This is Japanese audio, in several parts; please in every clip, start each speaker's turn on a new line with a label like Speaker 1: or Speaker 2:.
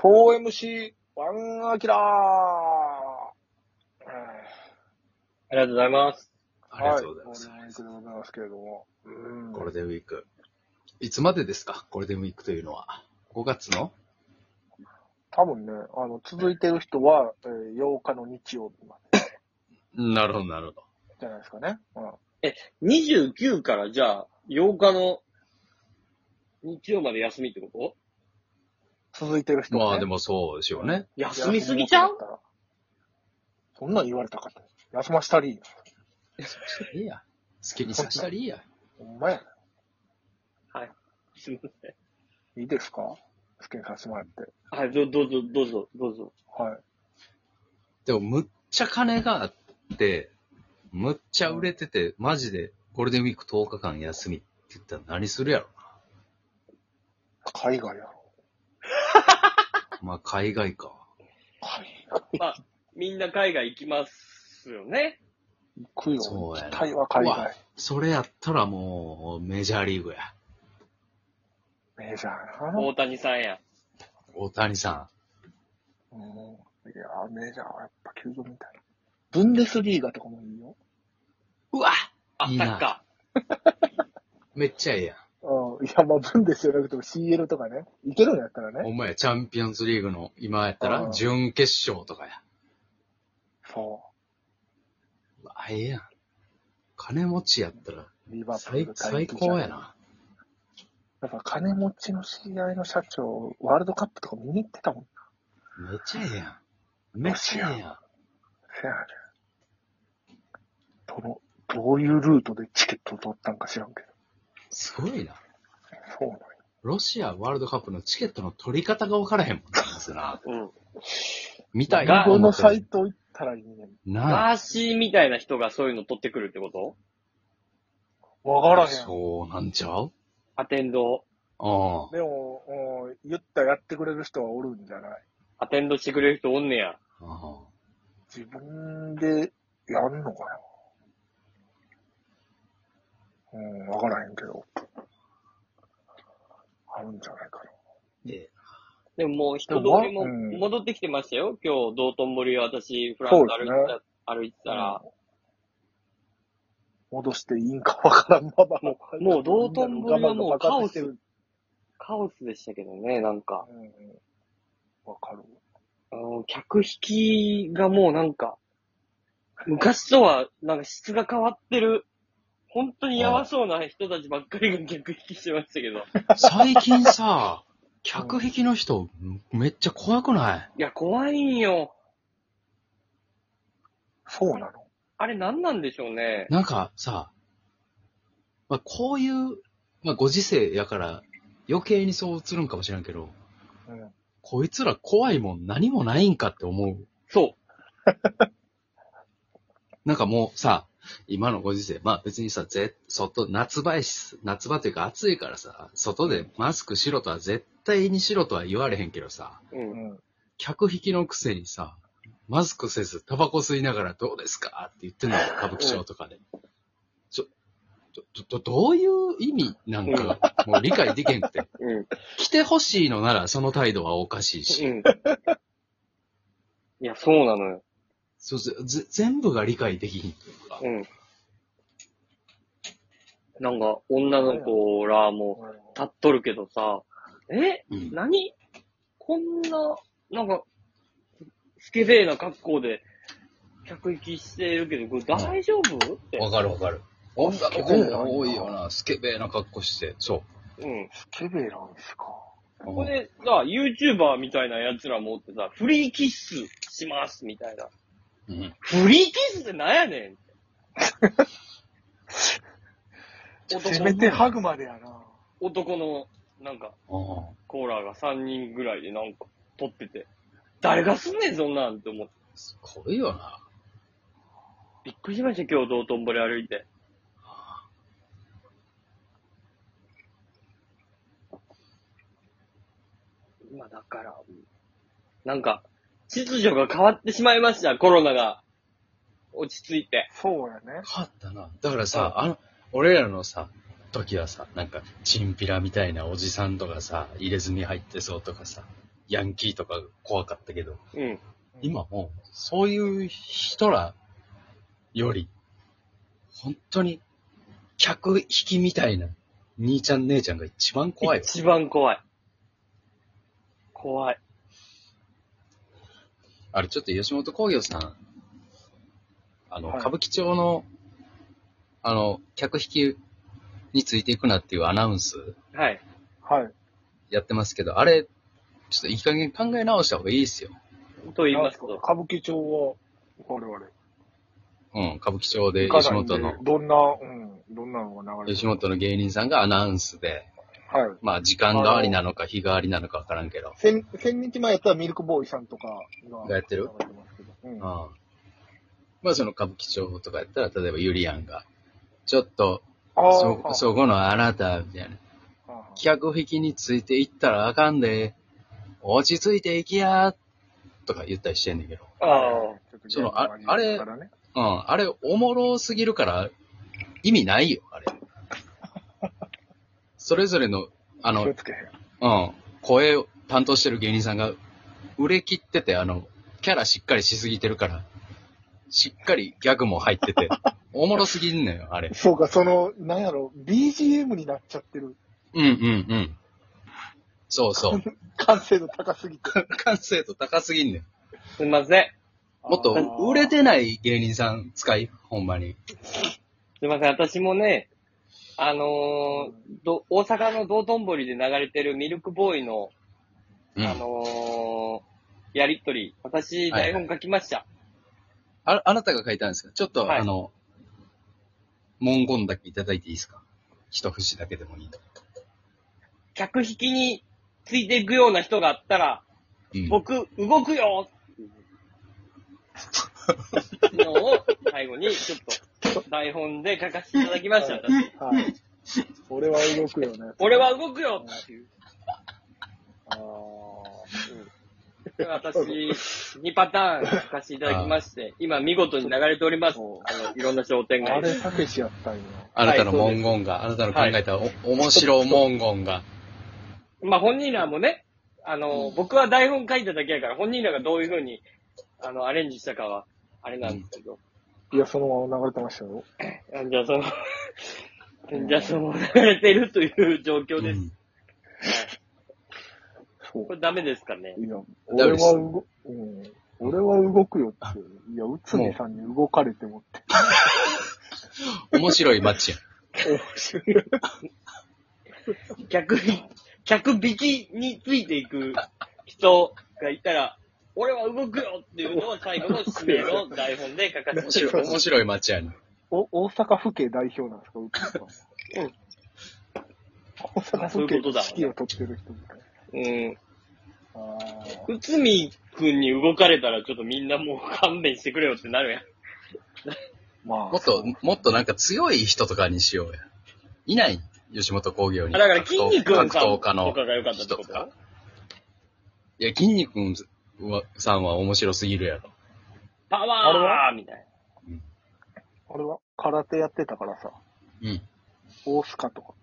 Speaker 1: 4MC1 アキラーうん
Speaker 2: ありがとうございます。
Speaker 3: ありがとうございます。
Speaker 1: はいゴールデンウィークでございますけれども。うん
Speaker 3: ゴールデンウィーク。いつまでですかゴールデンウィークというのは。5月の
Speaker 1: 多分ね、あの、続いてる人は、えー8日の日曜日まで
Speaker 3: なるほど、なるほど。
Speaker 1: じゃないですかね。うん。
Speaker 2: 29からじゃあ、8日の日曜まで休みってこと
Speaker 1: 続いてる人は、ね。
Speaker 3: まあでもそうでしょうね。
Speaker 2: 休みすぎちゃう
Speaker 1: そんなん言われたかった。休ましたりいいよ。
Speaker 3: いいや。好きにさしたらいいや。
Speaker 1: ほんまや。
Speaker 2: すいません。
Speaker 1: いいですか好きにさせてもらって。
Speaker 2: はい、どどうぞ、どうぞ、どうぞ。
Speaker 1: はい。
Speaker 3: でもむっちゃ金があって、むっちゃ売れてて、マジでゴールデンウィーク10日間休みって言ったら何するやろ
Speaker 1: 海外やろ。
Speaker 3: まあ海外か。
Speaker 1: 海
Speaker 2: まあ、みんな海外行きますよね。
Speaker 1: 外行くよ。
Speaker 3: そうやな
Speaker 1: 期待は海
Speaker 3: うわ
Speaker 1: 外。
Speaker 3: それやったらもうメジャーリーグや。
Speaker 1: メジャーな。
Speaker 2: 大谷さんや。
Speaker 3: 大谷さ
Speaker 1: うん。いやー、メジャーはやっぱ球場みたいな。ブンデスリーガとかもいいよ。
Speaker 3: ん。うわ
Speaker 2: あ、
Speaker 3: いい
Speaker 2: サ
Speaker 3: な
Speaker 2: ッカ
Speaker 3: めっちゃええやん。
Speaker 1: うん。いや、まあ、ブンデスじゃなくても CL とかね。いけるんやったら
Speaker 3: お
Speaker 1: ね。
Speaker 3: 前チャンピオンズリーグの今やった
Speaker 1: う
Speaker 3: ら
Speaker 1: ん
Speaker 3: 準決勝とかや。
Speaker 1: そう
Speaker 3: わええやん。金持ちやったら
Speaker 1: う。リバプー
Speaker 3: 最
Speaker 1: ル
Speaker 3: 最高や。な。
Speaker 1: やっぱ金持ちの知り合いの社長、ワールドカップとか見に行ってたもん。
Speaker 3: めっちゃええやん。めっちゃええやん。
Speaker 1: せやねどの、どういうルートでチケット取ったんか知らんけど。
Speaker 3: すごいな。
Speaker 1: そうなんや。
Speaker 3: ロシアワールドカップのチケットの取り方が分からへんもんな。まずな。
Speaker 2: ー。うん。
Speaker 3: 見たい
Speaker 2: が
Speaker 3: な。
Speaker 1: こ
Speaker 3: 思
Speaker 1: の
Speaker 3: ったら
Speaker 1: サイト行ったらいいねん。
Speaker 3: なあ。
Speaker 2: ガーシーみたいな人がそういうの取ってくるってこと
Speaker 1: わからへん。
Speaker 3: そうなんちゃう
Speaker 2: アテンド、
Speaker 3: ああ。
Speaker 1: でも、うん言ったらやってくれる人はおるんじゃない
Speaker 2: アテンドしてくれる人おんねや。
Speaker 3: ああ
Speaker 1: 自分でやんのかなうん、わからへんけど。あるんじゃないか
Speaker 3: で、
Speaker 2: でももう人通りも
Speaker 1: うん
Speaker 2: 戻ってきてましたよ。今日、道頓堀私、フランス歩いて
Speaker 1: そう
Speaker 2: た,、
Speaker 1: で
Speaker 2: 歩いてた
Speaker 1: な。
Speaker 2: ら、
Speaker 1: 戻していいんかわからんまま。
Speaker 2: もうもう道頓堀はもうカオ
Speaker 1: 我慢の爆
Speaker 2: ス
Speaker 1: 発してる。
Speaker 2: カオスでしたけどね、なんか。
Speaker 1: うんうん。わかる。
Speaker 2: あの、客引きがもうなんか、昔とはなんか質が変わってる、本当にやばそうな人たちばっかりが客引きしてましたけ ど。
Speaker 3: 最近 さ、客引きの人、めっちゃ怖くない
Speaker 2: いや、怖いんよ。
Speaker 1: そうなの
Speaker 2: あれ何なんでしょうね。
Speaker 3: なんかさ、まあ、こういう、まあ、ご時世やから余計にそう映るんかもしれんけど、
Speaker 1: うん。
Speaker 3: こいつら怖いもん何もないんかって思う。
Speaker 2: そ
Speaker 3: なんかもうさ、今のご時世、まあ別にさ、ぜ、外、夏場やし、夏場というか暑いからさ、外でマスクしろとは絶対にしろとは言われへんけどさ、
Speaker 2: う。うん。
Speaker 1: うん。
Speaker 3: 客引きのくせにさ、マスクせずタバコ吸いながらどうですかって言ってんのよ、歌舞伎町とかで。ちょ、ど、ど、どういう意味なんか、もう理解できへんくて。
Speaker 2: うん。
Speaker 3: 来てほしいのならその態度はおかしいし。
Speaker 2: うん。いや、そうなのよ。
Speaker 3: そうぜぜ全部が理解できひんというか。
Speaker 2: うん。なんか、女の子らも立っとるけどさ、え
Speaker 3: うん
Speaker 2: 何こんな、なんか、スケベーな格好で客引きしてるけど、これ大丈夫って。
Speaker 3: わかるわかる。女の子も多いよな、スケベーな格好して。そ
Speaker 2: うん。
Speaker 1: スケベなんですか。
Speaker 3: う。
Speaker 2: ここでさ、YouTuber みたいな奴らもおってさ、フリーキッスしますみたいな。
Speaker 3: うん、
Speaker 2: フリーキッスってなんやね んって。
Speaker 1: せめてハグまでやな。
Speaker 2: 男の、なんか、
Speaker 3: うん。
Speaker 2: コーラが3人ぐらいでなんか、撮ってて、誰がすんねん、そんなんって思って。
Speaker 3: すごいよな。
Speaker 2: びっくりしました、今日、道頓堀歩いて。今だから、なんか、秩序が変わってしまいました、コロナが。落ち着いて。
Speaker 1: そうやね。
Speaker 3: 変わったな。だからさ、あの、俺らのさ、時はさ、なんか、チンピラみたいなおじさんとかさ、入れ墨入ってそうとかさ、ヤンキーとか怖かったけど、
Speaker 2: うん。
Speaker 3: 今もう、そういう人らより、本当に、客引きみたいな、兄ちゃん姉ちゃんが一番怖いわ。
Speaker 2: 一番怖い。怖い。
Speaker 3: あれ、ちょっと吉本興業さん、あの、
Speaker 2: はい
Speaker 3: 歌舞伎町の、あの、客引きについていくなっていうアナウンス
Speaker 2: はい。
Speaker 1: はい。
Speaker 3: やってますけど、あれ、ちょっといい加減考え直した方がいいですよ。
Speaker 2: と言いますと。
Speaker 1: 歌舞伎町は、我々。
Speaker 3: うん、歌舞伎町で
Speaker 1: 行か
Speaker 3: 吉
Speaker 1: ないんで
Speaker 3: 本の、
Speaker 1: どんな、うん、どんなのが流れてる
Speaker 3: 吉本の芸人さんがアナウンスで、
Speaker 1: はい。
Speaker 3: まあ時間代わりなのか日替わりなのかわからんけど、
Speaker 1: 千、千日前やったらミルクボーイさんとかが
Speaker 3: がやってる
Speaker 1: 流れますけどうん。
Speaker 3: うん。
Speaker 1: は
Speaker 3: まあその歌舞伎町とかやったら、例えばゆりやんが、ちょっと、
Speaker 1: あー
Speaker 3: そ
Speaker 1: は、あ
Speaker 3: そこのあなた、みたいな。
Speaker 1: あはあ
Speaker 3: 客引きについていったらあかんで、落ち着いていきやとか言ったりしてんねんけど。
Speaker 2: ああ。
Speaker 1: ちょっと
Speaker 3: そのあ
Speaker 1: 現場に行ったらね
Speaker 3: うん、あれ、おもろすぎるから、意味ないよ、あれ。それぞれの、あ
Speaker 1: 気
Speaker 3: の
Speaker 1: を、つけへん。
Speaker 3: うん、声を担当してる芸人さんが、売れ切ってて、あの、キャラしっかりしすぎてるから、しっかりギャグも入ってて、おもろすぎんのよ、あれ。
Speaker 1: そうか、その、なんやろ、BGM になっちゃってる。
Speaker 3: うんうんうん。そうそう。
Speaker 1: 完成度高すぎて。
Speaker 3: 完成度高すぎんのよ。
Speaker 2: すみません。
Speaker 3: もっと売れてない芸人さん使い、ほんまに。
Speaker 2: すみません。私もね、あのーど、大阪の道頓堀で流れてるミルクボーイの、
Speaker 3: うん
Speaker 2: あのーやりとり、私、
Speaker 3: はいは
Speaker 2: 台
Speaker 3: い
Speaker 2: 本書きました。
Speaker 3: あ、あなたが書いたんですかちょっと、
Speaker 2: はい
Speaker 3: あの、文言だけいただいていいですか一節だけでもいいと。
Speaker 2: 客引きについていくような人があったら、
Speaker 3: うん
Speaker 2: 僕、動くよっていうのを最後に、ちょっと台本で書かせていただきま した。私
Speaker 1: はい。俺は動くよね。
Speaker 2: 俺は動くよっていう。
Speaker 1: あー
Speaker 2: 私、2パターン書かせていただきまして、今見事に流れております。あの、いろんな商
Speaker 1: う
Speaker 2: 店
Speaker 1: んあ
Speaker 2: 街
Speaker 1: れ、
Speaker 2: で。
Speaker 1: たけしやったんよ。
Speaker 3: あなたの文言が、あなたの考えたお、面白文言が。
Speaker 2: まあ本人らもね、あの、僕は台本書いただけやから、本人らがどういうふうに、あの、アレンジしたかは、あれなんですけど。
Speaker 1: いや、そのまま流れてましたよ。
Speaker 2: あじゃあその、じゃあその、流れてるという状況です。
Speaker 3: うん
Speaker 1: そう
Speaker 2: こ。れダメですかね。
Speaker 1: いや、
Speaker 3: ダメ
Speaker 1: 俺
Speaker 3: です
Speaker 1: は動、うん、俺は動くよって。いや、内海さんに動かれてもって。
Speaker 3: 面白いマッチやん。
Speaker 1: 面白い。
Speaker 2: 客引、客引きについていく人がいたら、俺は動くよっていうのを最後の指名 の台本で書かせて
Speaker 3: 面白い、面白いマッチやん。
Speaker 1: お、大阪府警代表なんですか、内海さん。
Speaker 2: うん
Speaker 1: 大阪府警の指揮を取ってる人みたいな。
Speaker 2: うん。
Speaker 1: あー
Speaker 2: 内海くんに動かれたら、ちょっとみんなもう勘弁してくれよってなるやん。
Speaker 1: まあ。
Speaker 3: もっと、もっとなんか強い人とかにしようや。いない吉本興業に。
Speaker 2: あだから、筋肉さん
Speaker 3: 格
Speaker 2: とか
Speaker 3: 闘家の
Speaker 2: が良かったって
Speaker 3: 人
Speaker 2: ことと
Speaker 3: か。いや、筋肉はさんは面白すぎるやろ。
Speaker 2: パ
Speaker 1: あれ
Speaker 2: ワ
Speaker 1: は
Speaker 2: ーみたい
Speaker 1: 俺は空手やってたからさ、
Speaker 3: うん。
Speaker 1: 大須賀とか。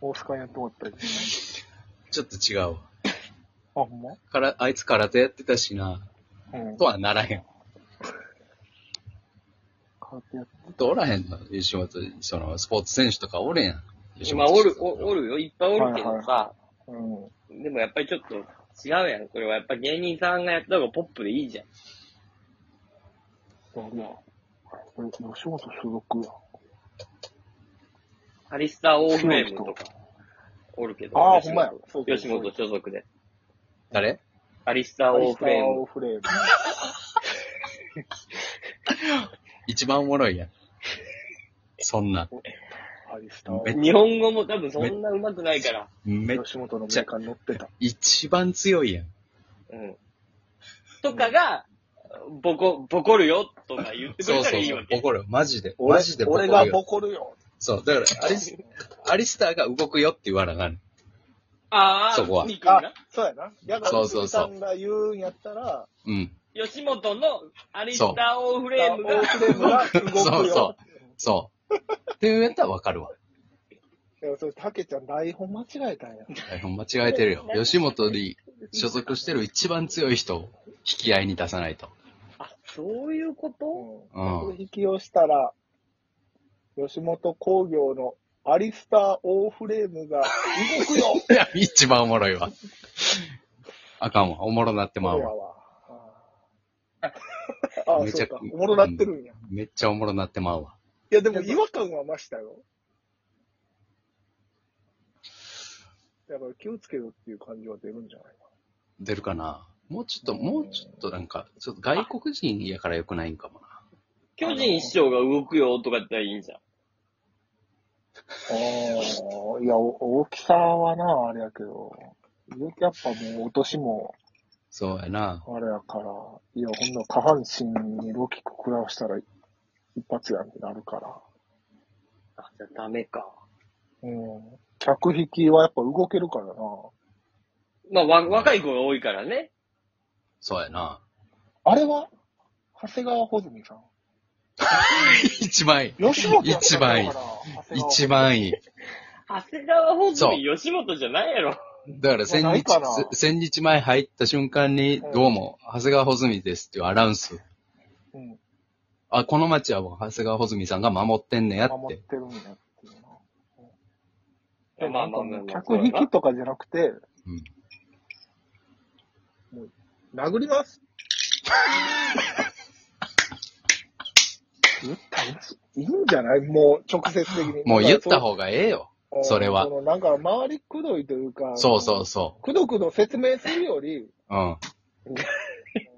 Speaker 1: 大須賀やってもらったり。
Speaker 3: ちょっと違うわ。
Speaker 1: あ、ほんま
Speaker 3: から、あいつ空手やってたしな。
Speaker 1: うん
Speaker 3: と。はならへん。
Speaker 1: 空手やって
Speaker 3: とおらへんの、吉本に、その、スポーツ選手とかおるやん。
Speaker 2: な。まあ、おる、おお
Speaker 3: る。
Speaker 2: るよ。いっぱいおるけどさ、
Speaker 1: うん。
Speaker 2: でもやっぱりちょっと違うやん。これはやっぱ芸人さんがやった方がポップでいいじゃん。
Speaker 1: あ、いや、これ、吉本所属や。
Speaker 2: ハリスターオーフレームとかおるけど。
Speaker 1: ああ、
Speaker 2: 吉
Speaker 1: ほん
Speaker 2: 本
Speaker 1: まや。そうそう
Speaker 2: 吉本所属で。
Speaker 3: 誰
Speaker 2: ハリスターオーフレーム。
Speaker 1: オフレーム。
Speaker 3: 一番おもろいやん。そんな、
Speaker 1: ハリスターオ
Speaker 3: め
Speaker 1: フ
Speaker 3: っ
Speaker 2: 日本語も多分そんな上手くないから。
Speaker 3: めっ、
Speaker 1: 吉本のメーカーに乗ってた。
Speaker 3: 一番強いやん。
Speaker 2: うん。とかが、ボコ、ボコるよとか言ってく
Speaker 3: そ
Speaker 2: れ
Speaker 3: う
Speaker 2: たら
Speaker 3: そう
Speaker 2: いい
Speaker 3: そ
Speaker 2: わ
Speaker 3: う、
Speaker 2: け。
Speaker 3: 怒るよ。マジで、マジで怒
Speaker 1: 俺
Speaker 3: る
Speaker 1: が
Speaker 3: よ。
Speaker 1: ボコるよ。
Speaker 3: そう、だから、アリス、 アリスターが動くよって言わなあかん。
Speaker 2: ああ、
Speaker 3: そこは
Speaker 2: みくん
Speaker 1: あ
Speaker 2: が。、
Speaker 1: そうやな。やだ、
Speaker 3: そうそうそう
Speaker 1: さんが言うんやったら、
Speaker 3: うん。
Speaker 2: 吉本のハリスターオーフレーム
Speaker 1: オ
Speaker 2: が
Speaker 1: フレームが動く
Speaker 3: そうそ
Speaker 1: よ
Speaker 3: う。。そう。っていうやったらわかるわ。
Speaker 1: いや、それ、たけちゃん台本間違えたんや。
Speaker 3: 台本間違えてるよ。吉本に所属してる一番強い人を引き合いに出さないと。
Speaker 2: あ、そういうこと
Speaker 3: うん
Speaker 1: うん。引きをしたら、吉本興業のアリスター・オーフレームが動くよ
Speaker 3: いや、一番おもろいわ。あかんわ。おもろな ってまう
Speaker 1: や
Speaker 3: わ。
Speaker 1: わ。ああ、
Speaker 3: めち
Speaker 1: そ
Speaker 3: ゃ
Speaker 1: うか。おもろなってるんや。
Speaker 3: めっちゃおもろなってまうわ。
Speaker 1: いや、でも違和感は増したよ。だから気をつけろっていう感じは出るんじゃない
Speaker 3: 出るかなもうちょっと、もうちょっとなんか、ちょっと外国人やからよくないんかもな。
Speaker 2: 巨人師匠が動くよとかやったらいいんじゃん。
Speaker 1: ああ、いや、お大きさはな、あれやけど、やっぱもう落としも
Speaker 3: そうやな。
Speaker 1: あれやから、いや、ほんの下半身にロキ食らわしたら一発やんってなるから。
Speaker 2: あ、じゃあダメか。
Speaker 1: うん。客引きはやっぱ動けるからな。
Speaker 2: まあ、わ、若い子が多いからね。
Speaker 3: そうやな。
Speaker 1: あれは長谷川穂積さん。
Speaker 3: 一番いい。
Speaker 1: 吉本やった
Speaker 3: 一番いい
Speaker 1: のかな
Speaker 3: 一。番いい。
Speaker 2: 長谷川本
Speaker 3: そ
Speaker 2: 人吉本じゃないやろ。
Speaker 3: だから先
Speaker 1: まあない
Speaker 3: 日
Speaker 1: かな、
Speaker 3: 先日前入った瞬間に、
Speaker 1: うん
Speaker 3: どうも、長谷川穂積ですっていうアナウンス。
Speaker 1: 長谷川
Speaker 3: あ、この街はもう長谷川穂積さんが守ってんねや
Speaker 1: うん。
Speaker 3: っ。
Speaker 1: 守っててるんだっていうな。
Speaker 2: まあまあまあまあ
Speaker 1: 客引きとかじゃなくて、
Speaker 3: うん
Speaker 1: もう、殴り ます。言ったらいいいいんじゃないもう直接的に。
Speaker 3: もう言った
Speaker 1: が、
Speaker 3: 方がええよ。それは
Speaker 1: のなんか周りくどいというか、
Speaker 3: そうそうそ
Speaker 1: くどくど説明するより、
Speaker 3: う。うん。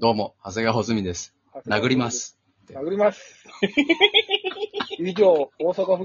Speaker 3: どうも、長谷川穂積です。殴りま。す。
Speaker 1: 殴ります。以上、大阪府警